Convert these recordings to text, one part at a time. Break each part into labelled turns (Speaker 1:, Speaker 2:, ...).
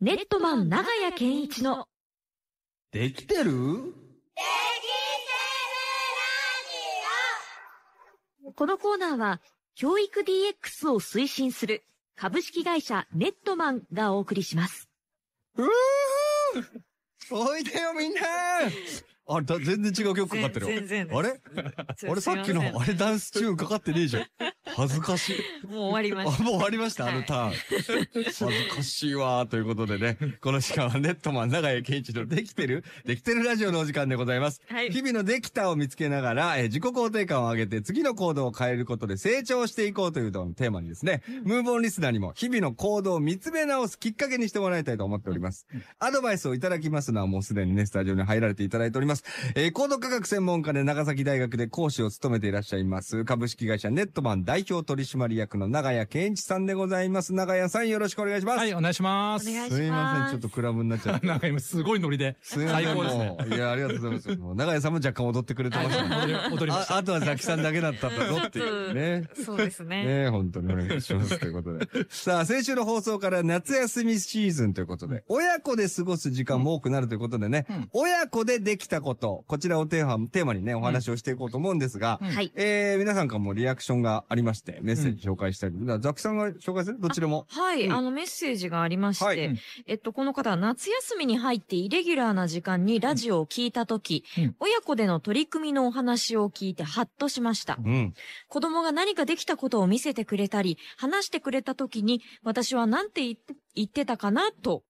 Speaker 1: ネットマン長屋健一の
Speaker 2: できてる
Speaker 1: このコーナーは教育 DX を推進する株式会社ネットマンがお送りします。
Speaker 2: うーおいでよみんなあれだ、全然違う曲かかってるよ。
Speaker 3: 全然です
Speaker 2: あれあれさっきの、あれダンスチューンかかってねえじゃん。恥ずかしい。
Speaker 3: もう終わりま
Speaker 2: あ、も
Speaker 3: し
Speaker 2: う終わりました、あのターン。恥ずかしいわーということ でね、この時間はネットマン長谷健一のできてるできてるラジオのお時間でございます。
Speaker 3: た。はい。
Speaker 2: 日々のできたを見つけながら、えー自己肯定感を上げて次の行動を変えることで成長していこうというのをテーマにですね、ムーボンリスナーにも日々の行動を見つめ直すきっかけにしてもらいたいと思っております。アドバイスをいただきますのはもうすでにね、スタジオに入られていただいております。えー行動科学専門家で長崎大学で講師を務めていらっしゃいます、株式会社ネットマン代表取締役の長谷健一さんでございます。長谷さんよろしくお願いします。
Speaker 4: はい、お願いします。
Speaker 3: お願いします
Speaker 2: すいません、ちょっとクラブになっち ゃって。
Speaker 4: なんか今すごいノリで。
Speaker 2: すいません、
Speaker 4: 最高ですね
Speaker 2: もう。いや、ありがとうございます。もう長谷さんも若干踊ってくれてましたね。
Speaker 4: 踊り 踊りまし
Speaker 2: ああとはザキさんだけだったんだぞっていうね。
Speaker 3: そうですね。
Speaker 2: ねえ、本当にお願いします。ということで。さあ、先週の放送から夏休みシーズンということで、親子で過ごす時間も多くなるということでね、
Speaker 4: うん
Speaker 2: 親子でできたこと、こちらをテーマテーマにね、お話をしていこうと思うんですが、
Speaker 4: うん
Speaker 1: はい。
Speaker 2: えー、皆さんからもリアクションがありまして、メッセージ紹介したい。だからザキさんが紹介するどっちらも。
Speaker 3: はい、
Speaker 2: うん
Speaker 3: あのメッセージがありまして、
Speaker 2: はい
Speaker 4: うん
Speaker 3: えっと、この方は夏休みに入ってイレギュラーな時間にラジオを聞いたとき、
Speaker 4: うん
Speaker 3: 親子での取り組みのお話を聞いてハッとしました。
Speaker 2: うん。
Speaker 3: 子供が何かできたことを見せてくれたり、話してくれたときに、私は何て言って言ってたかなと、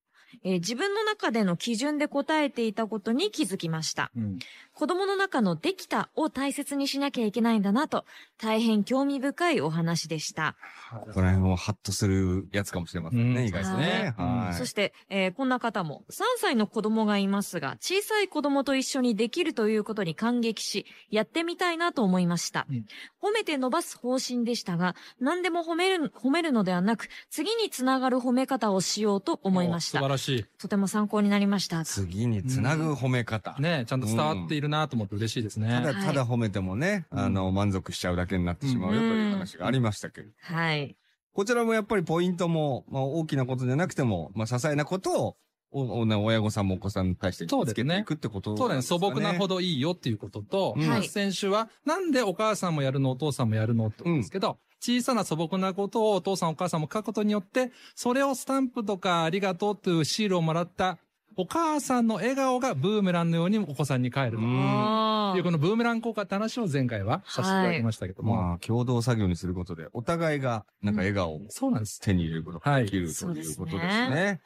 Speaker 3: えー自分の中での基準で答えていたことに気づきました。
Speaker 4: た。うん
Speaker 3: 子供の中のできたを大切にしなきゃいけないんだなと、大変興味深いお話でした。
Speaker 2: ここら辺もハッとするやつかもしれませんね、
Speaker 4: うん
Speaker 2: 意外とね。
Speaker 4: はい
Speaker 2: はい
Speaker 3: そ。して、えーこんな方も、3歳の子供がいますが、小さい子供と一緒にできるということに感激し、やってみたいなと思いました。
Speaker 4: うん
Speaker 3: 褒めて伸ばす方針でしたが、何でも褒める、褒めるのではなく、次につながる褒め方をしようと思いまし
Speaker 4: お素晴
Speaker 3: た。
Speaker 4: らし
Speaker 3: とても参考になりました。
Speaker 2: 次につなぐ褒め方。
Speaker 4: い。ねちゃんと伝わっているなと思って嬉しいですね。
Speaker 2: ただ、
Speaker 3: はい
Speaker 2: ただ褒めてもね、あの、満足しちゃうだけになってしまうよと
Speaker 3: うん
Speaker 2: いう話がありましたけど。
Speaker 3: はい。
Speaker 2: こちらもやっぱりポイントも、まあ大きなことじゃなくても、まあ些細なことを、お、おね、親御さんもお子さんに対して気をつけていくってこと
Speaker 4: そうだね、素朴なほ
Speaker 2: ど。
Speaker 4: どいいよっていうことと、
Speaker 2: うん
Speaker 3: はい
Speaker 4: 先週は、なんでお母さんもやるの、お父さんもやるのってことですけど、小さな素朴なことをお父さんお母さんも書くことによって、それをスタンプとかありがとうというシールをもらった、お母さんの笑顔がブーメランのようにお子さんに帰る
Speaker 2: う
Speaker 4: と
Speaker 2: ん。
Speaker 3: あ
Speaker 4: いう、
Speaker 3: ー
Speaker 4: このブーメラン効果って話を前回はさせていただきましたけども。
Speaker 2: まあ、共同作業にすることで、お互いが、なんか笑顔を
Speaker 4: そうなんです。
Speaker 2: 手に入れることができる、
Speaker 3: はい
Speaker 2: ということです
Speaker 3: そうです
Speaker 2: ね。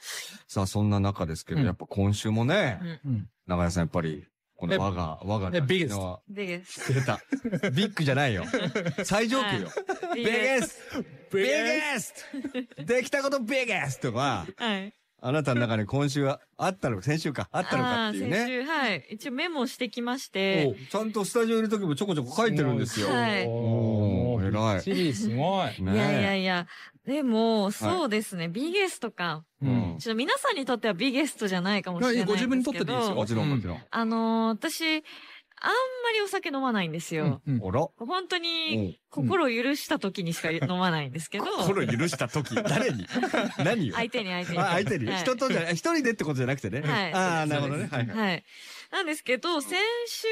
Speaker 2: さあ、そんな中ですけど、
Speaker 4: うん
Speaker 2: やっぱ今週もね、
Speaker 4: うん。
Speaker 2: 長谷さんやっぱり、この
Speaker 4: え
Speaker 2: 我が、我が、
Speaker 4: えビゲス
Speaker 2: は、
Speaker 3: で、す
Speaker 2: 出た。ビッグじゃないよ。最上級よ。ビゲスビゲス トできたことビゲストが、
Speaker 3: はい。
Speaker 2: あなたの中に今週はあったのか、先週か、あったのかっていう
Speaker 3: あー先
Speaker 2: ね。
Speaker 3: 週、はい。一応メモしてきまし
Speaker 4: お
Speaker 3: て、
Speaker 2: ちゃんとスタジオいる時もちょこちょこ書いてるんですよ。
Speaker 3: はい
Speaker 2: おー偉い
Speaker 4: びっちりすごい。
Speaker 2: ねえ
Speaker 3: いやいやいや、でも、そうですね、ビゲストか。
Speaker 2: うん
Speaker 3: ちょっと皆さんにとってはビゲストじゃないかもし
Speaker 4: い
Speaker 3: れな
Speaker 4: やい
Speaker 3: いい
Speaker 4: ご自分にと
Speaker 3: んで
Speaker 4: っ
Speaker 3: すけ
Speaker 4: て
Speaker 3: ど
Speaker 4: でいいですよ
Speaker 2: もちろんもちろん。
Speaker 3: あのー私、あんまりお酒飲まないんですよ。
Speaker 4: うんうん
Speaker 2: あら
Speaker 3: 本当
Speaker 2: う
Speaker 3: に、
Speaker 2: ん
Speaker 3: 心を許した時にしか飲まないんですけど、
Speaker 2: 心許した時、誰に何よ
Speaker 3: 相手に相手に。
Speaker 2: あ相手に
Speaker 3: はい
Speaker 2: 人とじゃない、一人でってことじゃなくてね。
Speaker 3: はい
Speaker 2: ああ、
Speaker 3: そ
Speaker 2: な
Speaker 3: う
Speaker 2: る
Speaker 3: です
Speaker 2: ほどね。はいはい。
Speaker 3: はい。なんですけど、先週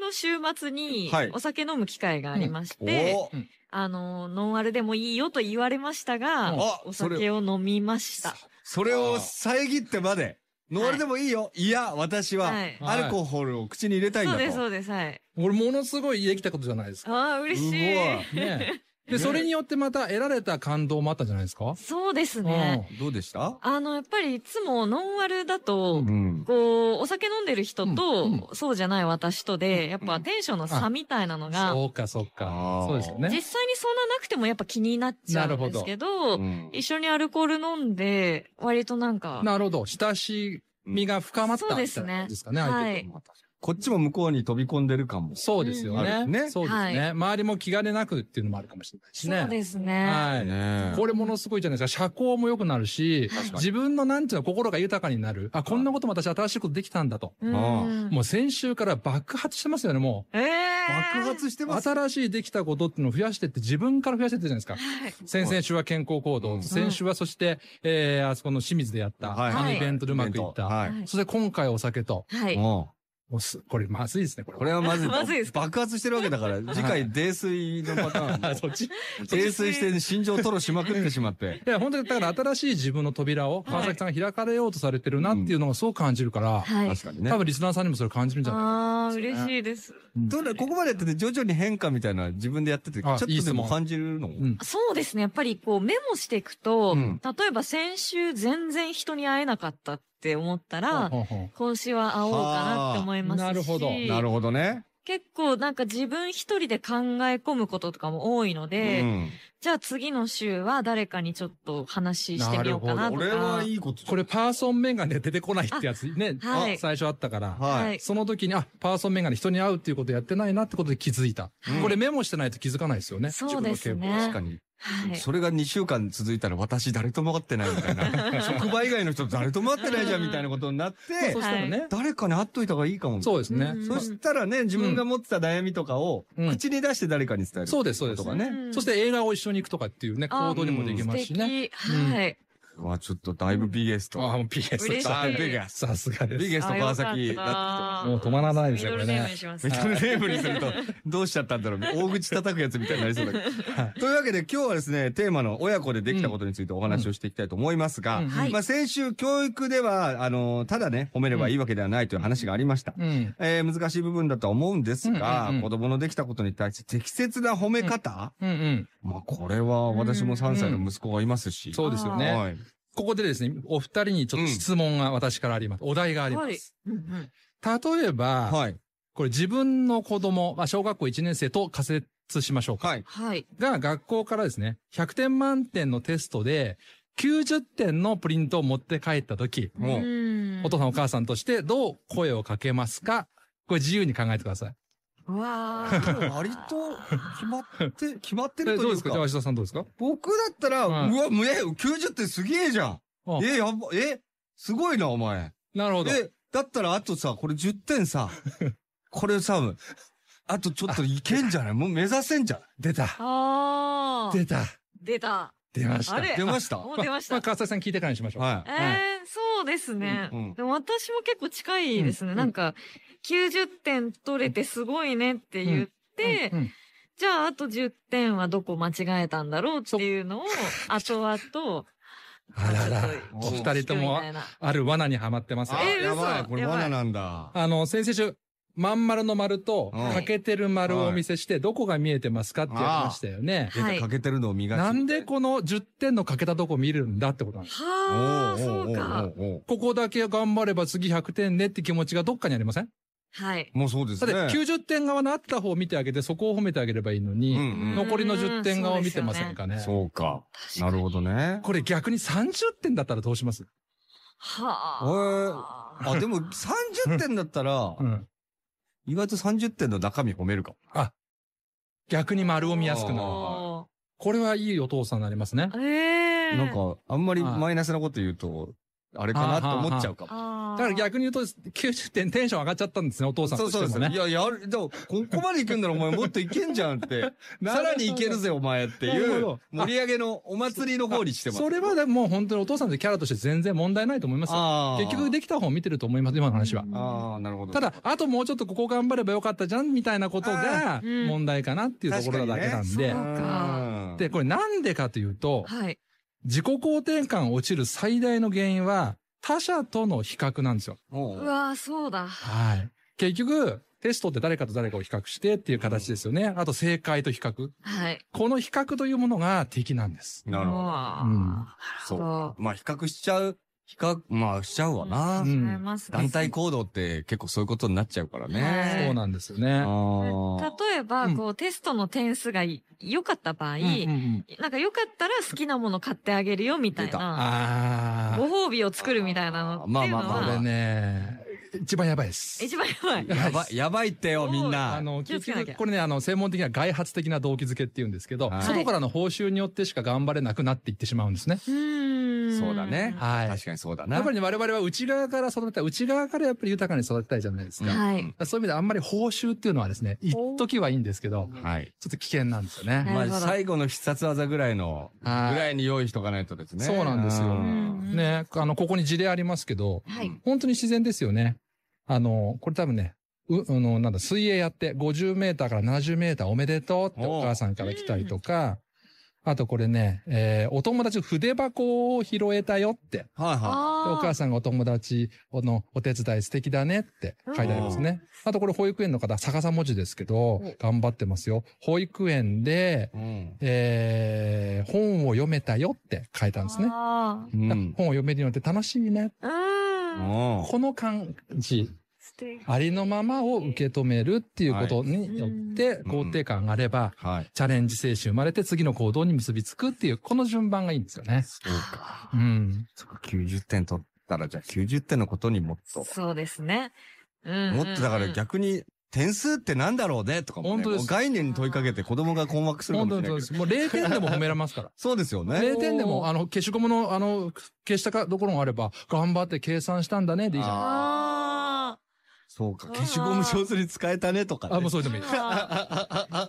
Speaker 3: の週末に
Speaker 2: はい、
Speaker 3: お酒飲む機会がありまして、
Speaker 2: おー
Speaker 3: あのー、ノンアルでもいいよと言われましたが、
Speaker 2: あ
Speaker 3: お
Speaker 2: それ
Speaker 3: 酒を飲みました。
Speaker 2: それを遮ってまで、ノールでもいいよ。いや、私は
Speaker 3: はい、
Speaker 2: アルコホールを口に入れたいん
Speaker 3: そう
Speaker 2: だ
Speaker 3: です、そ
Speaker 2: と。
Speaker 3: うです、はい。
Speaker 4: 俺ものすごいできたことじゃないですか。
Speaker 3: ああ、嬉しい。
Speaker 4: ねえ
Speaker 2: ね
Speaker 4: で、それによってまた得られた感動もあったんじゃないですか
Speaker 3: そうですね。
Speaker 2: どうでした
Speaker 3: あの、やっぱりいつもノンアルだと、
Speaker 2: うん。
Speaker 3: こう、お酒飲んでる人と、
Speaker 4: うん
Speaker 3: そうじゃない私とで、やっぱテンションの差みたいなの
Speaker 4: うん
Speaker 3: が、
Speaker 4: そうか、そう
Speaker 2: あ
Speaker 4: か
Speaker 2: ー。
Speaker 4: そうですよ
Speaker 3: 実
Speaker 4: ね。
Speaker 3: 際にそんななくてもやっぱ気になっちゃうんですけど、
Speaker 2: うん
Speaker 3: 一緒にアルコール飲んで、割となんか、
Speaker 4: なるほど。親しみが深まった
Speaker 3: そうですね
Speaker 4: みたいな感じですかね、相
Speaker 3: は
Speaker 4: 手
Speaker 3: い。
Speaker 2: こっちも向こうに飛び込んでる感も。
Speaker 4: そうですよ
Speaker 2: あ
Speaker 4: ね。
Speaker 2: るね
Speaker 4: そうですね、
Speaker 3: は
Speaker 4: 周りも気兼ねなくっていうのもあるかもしれないしね。
Speaker 3: そうですね。
Speaker 4: はい。
Speaker 2: ね
Speaker 4: これものすごいじゃないですか。社交も良くなるし、自分のなんていうの心が豊かになる。あ、こんなことも私新しいことできたんだと。
Speaker 3: うん
Speaker 2: ああ
Speaker 4: もう先週から爆発してますよね、も
Speaker 3: ええ
Speaker 2: 爆発して
Speaker 4: う。
Speaker 2: ます。
Speaker 4: 新しいできたことっていうのを増やしてって自分から増やしてってるじゃないですか。先々週は健康行動、
Speaker 2: うん
Speaker 4: 先週はそして、えー、あそこの清水でやった、
Speaker 2: はい
Speaker 4: あのイベントでうまくいった、
Speaker 2: は。
Speaker 3: はいい
Speaker 4: そして今回お酒と、
Speaker 3: はい。
Speaker 2: うん
Speaker 4: もうすこれまずいですね、これ。
Speaker 2: これはまず い。
Speaker 3: まずいですか
Speaker 2: 爆発してるわけだから、次回、泥酔のパタ ーン
Speaker 4: あ
Speaker 2: も。
Speaker 4: そっち。い
Speaker 2: 泥酔して心情を吐露しまくってしまって。
Speaker 4: や、本当にだから新しい自分の扉を川崎さんが開かれようとされてるなっていうのがそう感じるから、
Speaker 3: はい。
Speaker 2: 確かにね
Speaker 4: 多。分リスナーさんにもそれ感じるんじゃない
Speaker 3: ああ、嬉しいです。
Speaker 2: どうだ、ここまでやってて徐々に変化みたいな自分でやってて、ちょ
Speaker 4: あ
Speaker 2: っと
Speaker 4: いい
Speaker 2: で
Speaker 4: 質
Speaker 2: も
Speaker 4: 問
Speaker 2: 感じるの
Speaker 4: うん
Speaker 3: そうですね。やっぱりこうメモしていくと、
Speaker 2: うん
Speaker 3: 例えば先週全然人に会えなかったって思ったら、
Speaker 4: ほうほうほう
Speaker 3: 今週は会おうかなって思いますし。
Speaker 4: はあなるほど
Speaker 2: なるほどね。
Speaker 3: 結構なんか自分一人で考え込むこととかも多いの
Speaker 2: う
Speaker 3: で、
Speaker 2: ん。
Speaker 3: じゃあ次の週は誰かにちょっと話してみようかなとか。
Speaker 2: 俺はいいこと
Speaker 4: これパーソンメガネ出てこないってやつね、
Speaker 3: あはい
Speaker 4: あ最初あったから。
Speaker 2: はい。
Speaker 3: はい
Speaker 4: その時に、あ、パーソンメガネ人に会うっていうことやってないなってことで気づいた。
Speaker 3: はい
Speaker 4: これメモしてないと気づかないですよね。
Speaker 3: そうですね
Speaker 2: 確かに。
Speaker 3: はい。
Speaker 2: それが2週間続いたら私誰とも会ってないみたいな。 職場以外の人誰とも会ってないじゃんみたいなことになっ
Speaker 4: 自
Speaker 2: て
Speaker 4: 分の傾向そう、したらね。
Speaker 2: 誰かに会っといた方がいいかも。
Speaker 4: そうですね。
Speaker 3: うん
Speaker 2: そしたらね、自分が持ってた悩みとかを
Speaker 4: うん
Speaker 2: 口に出して誰かに伝える。
Speaker 4: そうです、そうです
Speaker 2: と。かね
Speaker 3: うん
Speaker 4: そして映画を一緒に行くとかっていうね、
Speaker 3: あ
Speaker 4: 行動にもできますしね。
Speaker 3: 素敵。はい。
Speaker 2: まあちょっとだいぶビゲスト。
Speaker 4: ああ、もう PS
Speaker 3: 嬉しい
Speaker 4: さ
Speaker 2: だいぶビゲス
Speaker 4: さすが
Speaker 2: ト。
Speaker 4: で
Speaker 2: ビ
Speaker 4: す。
Speaker 2: ゲスト川崎だっ
Speaker 3: だ
Speaker 4: もう止まらないですね、これ
Speaker 3: ミドルネーム
Speaker 4: ね
Speaker 3: に。しま
Speaker 2: て。
Speaker 3: す
Speaker 2: ミ。ドルネームにすると、どうしちゃったんだろう。大口叩くやつみたいになりそうだけど。
Speaker 4: はい
Speaker 2: というわけで今日はですね、テーマの親子でできたことについてお話をしていきたいと思いますが、
Speaker 4: うん
Speaker 3: はい
Speaker 2: まあ先週教育では、あの、ただね、褒めればいいわけではないという話がありました。
Speaker 4: うん。
Speaker 2: えー難しい部分だとは思うんですが、
Speaker 4: うんうんうん
Speaker 2: 子供のできたことに対して適切な褒め方、
Speaker 4: うんうん。
Speaker 2: まあこれは私も3歳の息子がいますし。
Speaker 4: そうですよね。
Speaker 2: はい。
Speaker 4: ここでですね、お二人にちょっと質問が私からあります。お題がありま
Speaker 3: はい
Speaker 4: す。
Speaker 3: うんうん
Speaker 4: 例えば、
Speaker 2: はい。
Speaker 4: これ自分の子供、まあ、小学校1年生と仮説しましょうか。
Speaker 2: はい。
Speaker 3: はい。
Speaker 4: が、学校からですね、100点満点のテストで、90点のプリントを持って帰ったとき、
Speaker 2: もう
Speaker 3: うん
Speaker 4: お父さんお母さんとしてどう声をかけますかこれ自由に考えてください。
Speaker 3: うわー
Speaker 2: 割と決ま って、決まって
Speaker 4: え
Speaker 2: るとい
Speaker 4: どうで
Speaker 2: う
Speaker 4: すかじゃあ、
Speaker 2: か。
Speaker 4: 芦田さんどうですか
Speaker 2: 僕だったら、う
Speaker 4: はい
Speaker 2: わ、もうえ、90点すげえじゃん。
Speaker 4: あ
Speaker 2: え、やば、え、すごいな、お前。
Speaker 4: なるほど。
Speaker 2: え、だったらあとさ、これ10点さ、これさ、あとちょっといけんじゃないもう目指せんじゃな
Speaker 4: 出た。
Speaker 3: あー
Speaker 4: 出た。
Speaker 3: 出た。
Speaker 4: 出ました。
Speaker 3: あれ
Speaker 2: い出ました
Speaker 3: もう出ました
Speaker 4: まあ、。川崎さん聞いてからにしましょう。
Speaker 2: は
Speaker 3: え
Speaker 2: い。
Speaker 3: えー、そうですね。
Speaker 2: うんうん
Speaker 3: でも私も結構近いですね。なんか、90点取れてすごいねって言って、
Speaker 4: うんうん
Speaker 3: じゃああと10点はどこ間違えたんだろうっていうのを、後々、ちょ
Speaker 4: あらら
Speaker 3: ちょっ。
Speaker 2: と
Speaker 4: お二人と
Speaker 3: み
Speaker 4: も
Speaker 3: た、いな。
Speaker 4: ある罠にはまってますよ
Speaker 2: あ、
Speaker 3: え嘘
Speaker 2: やばい、これ
Speaker 3: やばい
Speaker 2: 罠なんだ。
Speaker 4: あの、先々週、まん丸の丸と、
Speaker 2: うん
Speaker 4: 欠けてる丸をお見せして、どこが見えてますかってやりましたよね。
Speaker 3: はい。
Speaker 2: か
Speaker 3: は
Speaker 2: けてるのを磨き。
Speaker 4: なんでこの10点の欠けたとこ見るんだってことなんです。
Speaker 3: あ、そうか。
Speaker 2: おうおうおうおう
Speaker 4: ここだけ頑張れば次100点ねって気持ちがどっかにありません
Speaker 3: はい。
Speaker 2: もうそうです
Speaker 4: さて、
Speaker 2: ね。
Speaker 4: 90点側のあった方を見てあげて、そこを褒めてあげればいいの
Speaker 2: うん
Speaker 4: に、
Speaker 2: うん。
Speaker 4: 残りの10点側を見てませんかね。
Speaker 2: そうか。
Speaker 3: 確か
Speaker 2: な
Speaker 3: に
Speaker 2: るほど。ね。
Speaker 4: これ逆に30点だったらどうします
Speaker 3: はあ。
Speaker 2: あ、でも30点だったら
Speaker 4: う、ん。
Speaker 2: 意外と30点の中身褒めるかも。
Speaker 4: 逆に丸を見やすくなる。
Speaker 3: あ
Speaker 4: これはいいお父さんになりますね。
Speaker 3: ーええー。
Speaker 2: なん、か、あんまりマイナスなこと言うと、あれかなって思っちゃうかも。
Speaker 3: あ
Speaker 4: だ
Speaker 3: あ。
Speaker 4: から逆に言うと、90点テンション上がっちゃったんですね、お父さん
Speaker 2: そ
Speaker 4: と
Speaker 2: う
Speaker 4: して
Speaker 2: そう
Speaker 4: も
Speaker 2: で
Speaker 4: ね。
Speaker 2: すね。いや、やる、でも、ここまで行くんならお前もっといけんじゃんって、
Speaker 4: なるほど
Speaker 2: さらにいけるぜお前って
Speaker 4: なる
Speaker 2: い
Speaker 4: ほ
Speaker 2: う
Speaker 4: ど、
Speaker 2: 盛り上げのお祭りの方にしてます。
Speaker 4: それはでももう本当にお父さんのキャラとして全然問題ないと思いますよ。
Speaker 2: あー
Speaker 4: 結局できた方を見てると思います、今の話は。
Speaker 2: ああ、なるほど。
Speaker 4: ただ、あともうちょっとここ頑張ればよかったじゃんみたいなこと
Speaker 3: あ
Speaker 4: が
Speaker 3: ーうん
Speaker 4: 問題かなっていうところだけなんで。
Speaker 3: 確かにね
Speaker 2: うん、
Speaker 4: で、これなんでかというと、
Speaker 3: はい。
Speaker 4: 自己肯定感落ちる最大の原因は他者との比較なんですよ。
Speaker 2: お
Speaker 3: う
Speaker 2: う
Speaker 3: わーそうだ。
Speaker 4: はい。結局、テストって誰かと誰かを比較してっていう形ですよね。あと正解と比較。
Speaker 3: はい。
Speaker 4: この比較というものが敵なんです。
Speaker 2: なるほ
Speaker 3: う
Speaker 2: ど。
Speaker 3: わー
Speaker 4: うん
Speaker 3: な
Speaker 2: そ
Speaker 3: るほ
Speaker 2: う。
Speaker 3: ど。
Speaker 2: まあ、比較しちゃう、比較、まあ、しちゃうわな。
Speaker 4: うん
Speaker 3: 違いますね
Speaker 2: 団体行動って結構そういうことになっちゃうからね。
Speaker 3: はい
Speaker 4: そうなんですよね。
Speaker 2: ああ。
Speaker 3: 例えば、
Speaker 4: うん
Speaker 3: こう、テストの点数がい良かった場合、
Speaker 4: うんうんうん
Speaker 3: なんか良かったら好きなもの買ってあげるよみたい
Speaker 2: 出た
Speaker 3: な、
Speaker 4: ああ。
Speaker 3: ご褒美を作るみたいなのっていうのは、
Speaker 2: まあまあまあ
Speaker 4: これね、一番やばいです。
Speaker 3: 一番やばい。
Speaker 2: やばい、やばいってよ、みん
Speaker 4: あ
Speaker 2: な。
Speaker 4: の、
Speaker 3: 気をつけなきゃ
Speaker 4: これね、あの、専門的には外発的な動機づけって言うんですけど、
Speaker 2: はい
Speaker 4: 外からの報酬によってしか頑張れなくなっていってしまうんですね。
Speaker 3: うーん。
Speaker 2: そうだね。
Speaker 4: はい
Speaker 2: 確かにそうだな。
Speaker 4: やっぱりね、我々は内側から育てたい、内側からやっぱり豊かに育てたいじゃないですか。
Speaker 3: は
Speaker 2: うん
Speaker 3: い。
Speaker 4: そういう意味であんまり報酬っていうのはですね、一時はいいんですけど、
Speaker 2: はい。
Speaker 4: ちょっと危険なんですよ
Speaker 3: な
Speaker 4: ね。
Speaker 2: ま
Speaker 3: る
Speaker 2: あ、
Speaker 3: ほど
Speaker 2: 最後の必殺技ぐらいの、ぐ
Speaker 4: は
Speaker 2: らいに用意しとかないとですね。
Speaker 4: そうなんですよ
Speaker 2: うん
Speaker 4: い。ね、あの、ここに事例ありますけど、
Speaker 3: はい。
Speaker 4: 本当に自然ですよね。あの、これ多分ね、う、あの、なんだ、水泳やって50メーターから70メーターおめでとうって
Speaker 2: おう
Speaker 4: お母さんから来たりとか、あとこれね、えーお友達の筆箱を拾えたよって、で
Speaker 2: はいは
Speaker 4: お
Speaker 3: あ
Speaker 4: 母さんがお友達のお手伝い素敵だねって書いてありますね。あとこれ保育園の方、逆さ文字ですけど
Speaker 3: お、
Speaker 4: 頑張ってますよ。保育園で、
Speaker 2: い。うん。
Speaker 4: えー本を読めたよって書いたんですね。
Speaker 3: あ
Speaker 2: う
Speaker 4: 本
Speaker 2: ん。
Speaker 4: を読めるようになって楽しいね。
Speaker 3: あ。うん。
Speaker 2: おー
Speaker 4: この感じ、
Speaker 3: 素敵。
Speaker 4: ありのままを受け止めるっていうことによって
Speaker 2: うん
Speaker 4: 肯定感があれば、
Speaker 2: はい。
Speaker 4: チャレンジ精神生まれて次の行動に結びつくっていう、この順番がいいんですよね。
Speaker 2: そうか。
Speaker 4: うん。
Speaker 2: そこ90点取ったら、じゃあ90点のことにもっと。
Speaker 3: そうですね。うん。
Speaker 2: もっとだから逆に、点数ってなんだろうねとかも、ね、
Speaker 4: 本当です
Speaker 2: こう概念に問いかけて子供が困惑するか
Speaker 4: 本
Speaker 2: も
Speaker 4: 当
Speaker 2: し
Speaker 4: に
Speaker 2: れな
Speaker 4: そう
Speaker 2: い
Speaker 4: で
Speaker 2: けど。。
Speaker 4: す。もう0点でも褒められますから
Speaker 2: そうですよね。
Speaker 4: 0点で
Speaker 3: お
Speaker 4: も、
Speaker 3: ー
Speaker 4: あの、消しゴムの、あの、消したかどころもあれば、頑張って計算したんだねでいいじゃん。
Speaker 3: あ
Speaker 2: そうか。消しゴム上手に使えたねとか、ね。
Speaker 4: あ、もうそれでもいい。
Speaker 3: あ。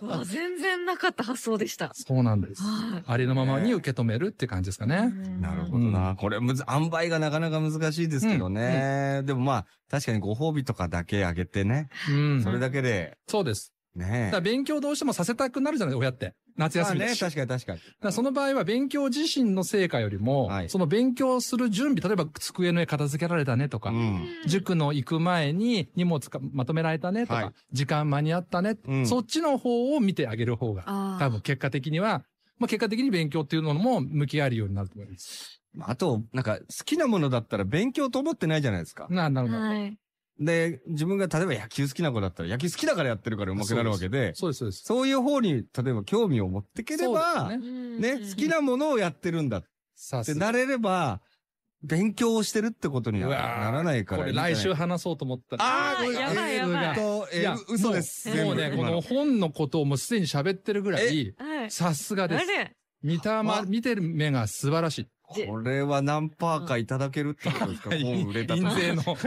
Speaker 3: うわ
Speaker 2: あ
Speaker 3: 全然なかった発想でした。
Speaker 4: そうなんです。
Speaker 3: は
Speaker 4: ありのままに受け止めるって感じですか
Speaker 3: い。
Speaker 4: ね。
Speaker 2: なるほどな。これむず、塩梅がなかなか難しいですけどね。でもまあ、確かにご褒美とかだけあげてね。
Speaker 4: うん。
Speaker 2: それだけで、
Speaker 4: そうです。だ
Speaker 2: ね
Speaker 4: から勉強どうしてもさせたくなるじゃない、親って。夏
Speaker 2: まあ
Speaker 4: 休みだ
Speaker 2: ね、
Speaker 4: し。
Speaker 2: 確かに確かに。
Speaker 4: だからその場合は勉強自身の成果よりも、
Speaker 2: はい
Speaker 4: その勉強する準備、例えば机の上片付けられたねとか、
Speaker 2: うん。
Speaker 4: 塾の行く前に荷物かまとめられたねとか、
Speaker 2: はい
Speaker 4: 時間間に合ったね、
Speaker 2: うん
Speaker 4: そっちの方を見てあげる方が、
Speaker 3: あ
Speaker 4: 多分結果的には、まあ、結果的に勉強っていうのも向き合えるようになると思います。
Speaker 2: まああと、なんか、好きなものだったら勉強と思ってないじゃないですか。
Speaker 4: ななるほど。
Speaker 3: はい。
Speaker 2: で、自分が例えば野球好きな子だったら、野球好きだからやってるから上手くなるわけで、
Speaker 4: そうです、そうです。
Speaker 2: そういう方に、例えば興味を持ってけれ
Speaker 4: そう
Speaker 2: ば、
Speaker 4: です
Speaker 2: ね
Speaker 4: ね、
Speaker 2: 好きなものをやってるんだっ
Speaker 4: さ
Speaker 2: て
Speaker 4: す
Speaker 2: な
Speaker 4: が。
Speaker 2: れれば、勉強をしてるってことには
Speaker 4: うわー
Speaker 2: ならないか
Speaker 4: こ
Speaker 2: らいい
Speaker 4: れ
Speaker 2: んじゃない。
Speaker 4: 来週話そうと思ったら
Speaker 2: あーごめん
Speaker 3: やばいやばい
Speaker 2: えーと、え
Speaker 4: いや
Speaker 2: ー、嘘です。
Speaker 4: もうね、
Speaker 2: 全部
Speaker 4: この本のことをもうすでに喋ってるぐらい、
Speaker 3: はい。
Speaker 4: さす
Speaker 3: あ
Speaker 4: がです。
Speaker 3: れ
Speaker 4: 見た
Speaker 2: あ
Speaker 4: ま、見てる目が素晴らしい。
Speaker 3: で
Speaker 2: これは何パーかいただけるってことですか本売れたと
Speaker 4: 印税の。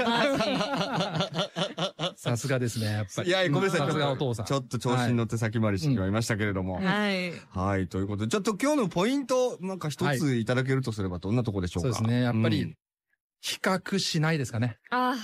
Speaker 4: さすがですね、やっぱり。
Speaker 2: いやいや、ごめんなさい。
Speaker 4: さすがお父さん。
Speaker 2: ちょっと調子に乗って先回りしてしまいましたけれども。は
Speaker 3: はい。
Speaker 2: いはい、ということで、ちょっと今日のポイント、なんか一ついただけるとすればどんなとこでしょうか、
Speaker 4: そうですね、やっぱ
Speaker 2: う
Speaker 4: り
Speaker 2: ん、
Speaker 4: 比較しないですかね。
Speaker 3: あ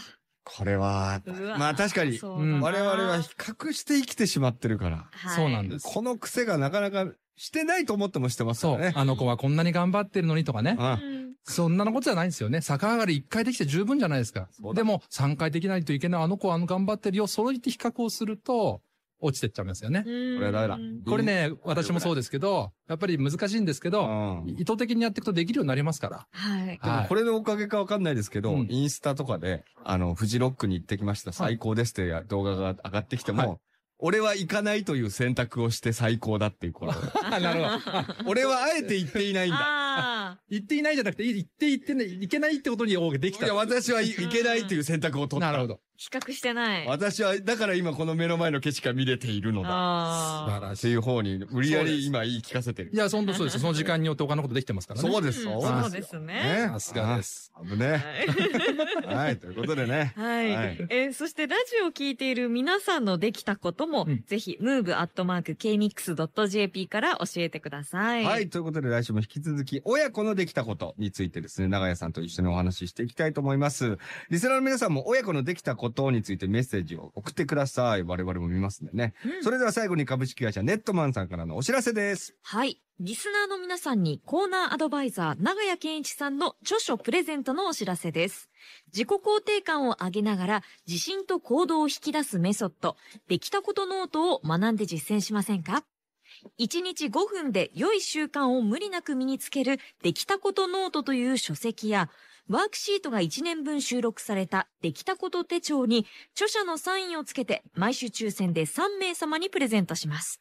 Speaker 2: これは、
Speaker 3: うわ
Speaker 2: まあ確かに、
Speaker 3: そううだ
Speaker 4: ん
Speaker 3: な
Speaker 2: 我々は比較して生きてしまってるから、
Speaker 3: はい
Speaker 4: そうなんです。
Speaker 2: この癖がなかなかしてないと思ってもしてますか
Speaker 4: そ
Speaker 2: ら
Speaker 4: う
Speaker 2: ね。。
Speaker 4: あの子はこんなに頑張ってるのにとかね。
Speaker 2: あ
Speaker 3: うん
Speaker 4: そんなのことじゃないんですよね。逆上がり1回できて十分じゃないですか
Speaker 2: そう。だ
Speaker 4: でも、3回できないといけない。あの子はあの頑張ってるよ。そう言って比較をすると、落ちてっちゃいますよね。
Speaker 3: うん
Speaker 2: これはダメだ。
Speaker 4: これね、私もそうですけど、やっぱり難しいんですけ
Speaker 2: う
Speaker 4: ど、
Speaker 2: ん、で
Speaker 4: 意図的にやっていくとできるようになりますから。
Speaker 3: はい。
Speaker 2: もこれのおかげかわかんないですけど、
Speaker 4: うん
Speaker 2: インスタとかで、あの、フジロックに行ってきました、最高ですってや動画が上がってきても、
Speaker 4: はい
Speaker 2: 俺は行かないという選択をして最高だってい う頃。
Speaker 4: あなるほど。あ
Speaker 2: 俺はあえて行っていないんだ。
Speaker 3: あ
Speaker 4: 言っていないじゃなくて、い言って言ってね、いけないってことに多くできた
Speaker 2: いや、。私は行けないという選択を取った。
Speaker 4: なるほど。
Speaker 3: ー比較してない。
Speaker 2: 私は、だから今この目の前の景色が見れているのだ。
Speaker 4: 素
Speaker 3: あ
Speaker 4: 晴ら
Speaker 2: って
Speaker 4: し
Speaker 2: い
Speaker 4: い。
Speaker 2: う方に、無理やり今言い聞かせてる
Speaker 4: い。や、そんとそうです。その時間によって他のことできてますからね。
Speaker 2: そう
Speaker 3: あ。
Speaker 2: ですよ。
Speaker 3: んそうですね。
Speaker 2: ね
Speaker 4: さすがです。
Speaker 2: あぶね。はい、ということでね。
Speaker 3: はい。
Speaker 2: は
Speaker 3: はいい、えーそしてラジオを聞いている皆さんのできたことも、
Speaker 4: うん
Speaker 3: ぜひ、move.kmix.jp から教えてください。
Speaker 2: はい、ということで来週も引き続き、親子のできたことについてですね、長屋さんと一緒にお話ししていきたいと思います。リスナーの皆さんも親子のできたことについてメッセージを送ってください。我々も見ますんでね。それでは最後に株式会社ネットマンさんからのお知らせです。
Speaker 3: はい。リスナーの皆さんにコーナーアドバイザー、長谷健一さんの著書プレゼントのお知らせです。自己肯定感を上げながら、自信と行動を引き出すメソッド、できたことノートを学んで実践しませんか ?1 日5分で良い習慣を無理なく身につける、できたことノートという書籍や、ワークシートが1年分収録された、できたこと手帳に、著者のサインをつけて、毎週抽選で3名様にプレゼントします。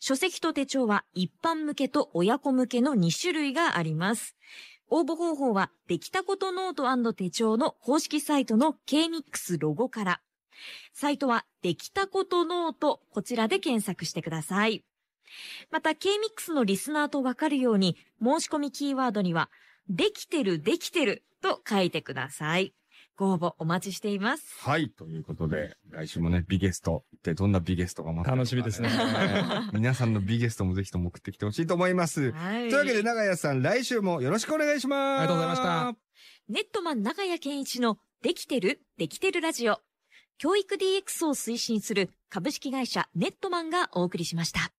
Speaker 3: 書籍と手帳は一般向けと親子向けの2種類があります。
Speaker 1: 応募方法は、できたことノート手帳の公式サイトの KMIX ロゴから。サイトは、できたことノート、こちらで検索してください。また、KMIX のリスナーとわかるように、申し込みキーワードには、できてる、できてると書いてください。ご応募お待ちしています。
Speaker 2: はい、ということで、来週もね、ビゲストってどんなビゲストが待ってるのか
Speaker 4: 楽しみですね。
Speaker 2: 皆さんのビゲストもぜひとも送ってきてほしいと思います。
Speaker 1: はい。
Speaker 2: というわけで、長屋さん、来週もよろしくお願いします。
Speaker 4: ありがとうございました。
Speaker 1: ネットマン長谷健一のできてるできてるラジオ。教育 DX を推進する株式会社ネットマンがお送りしました。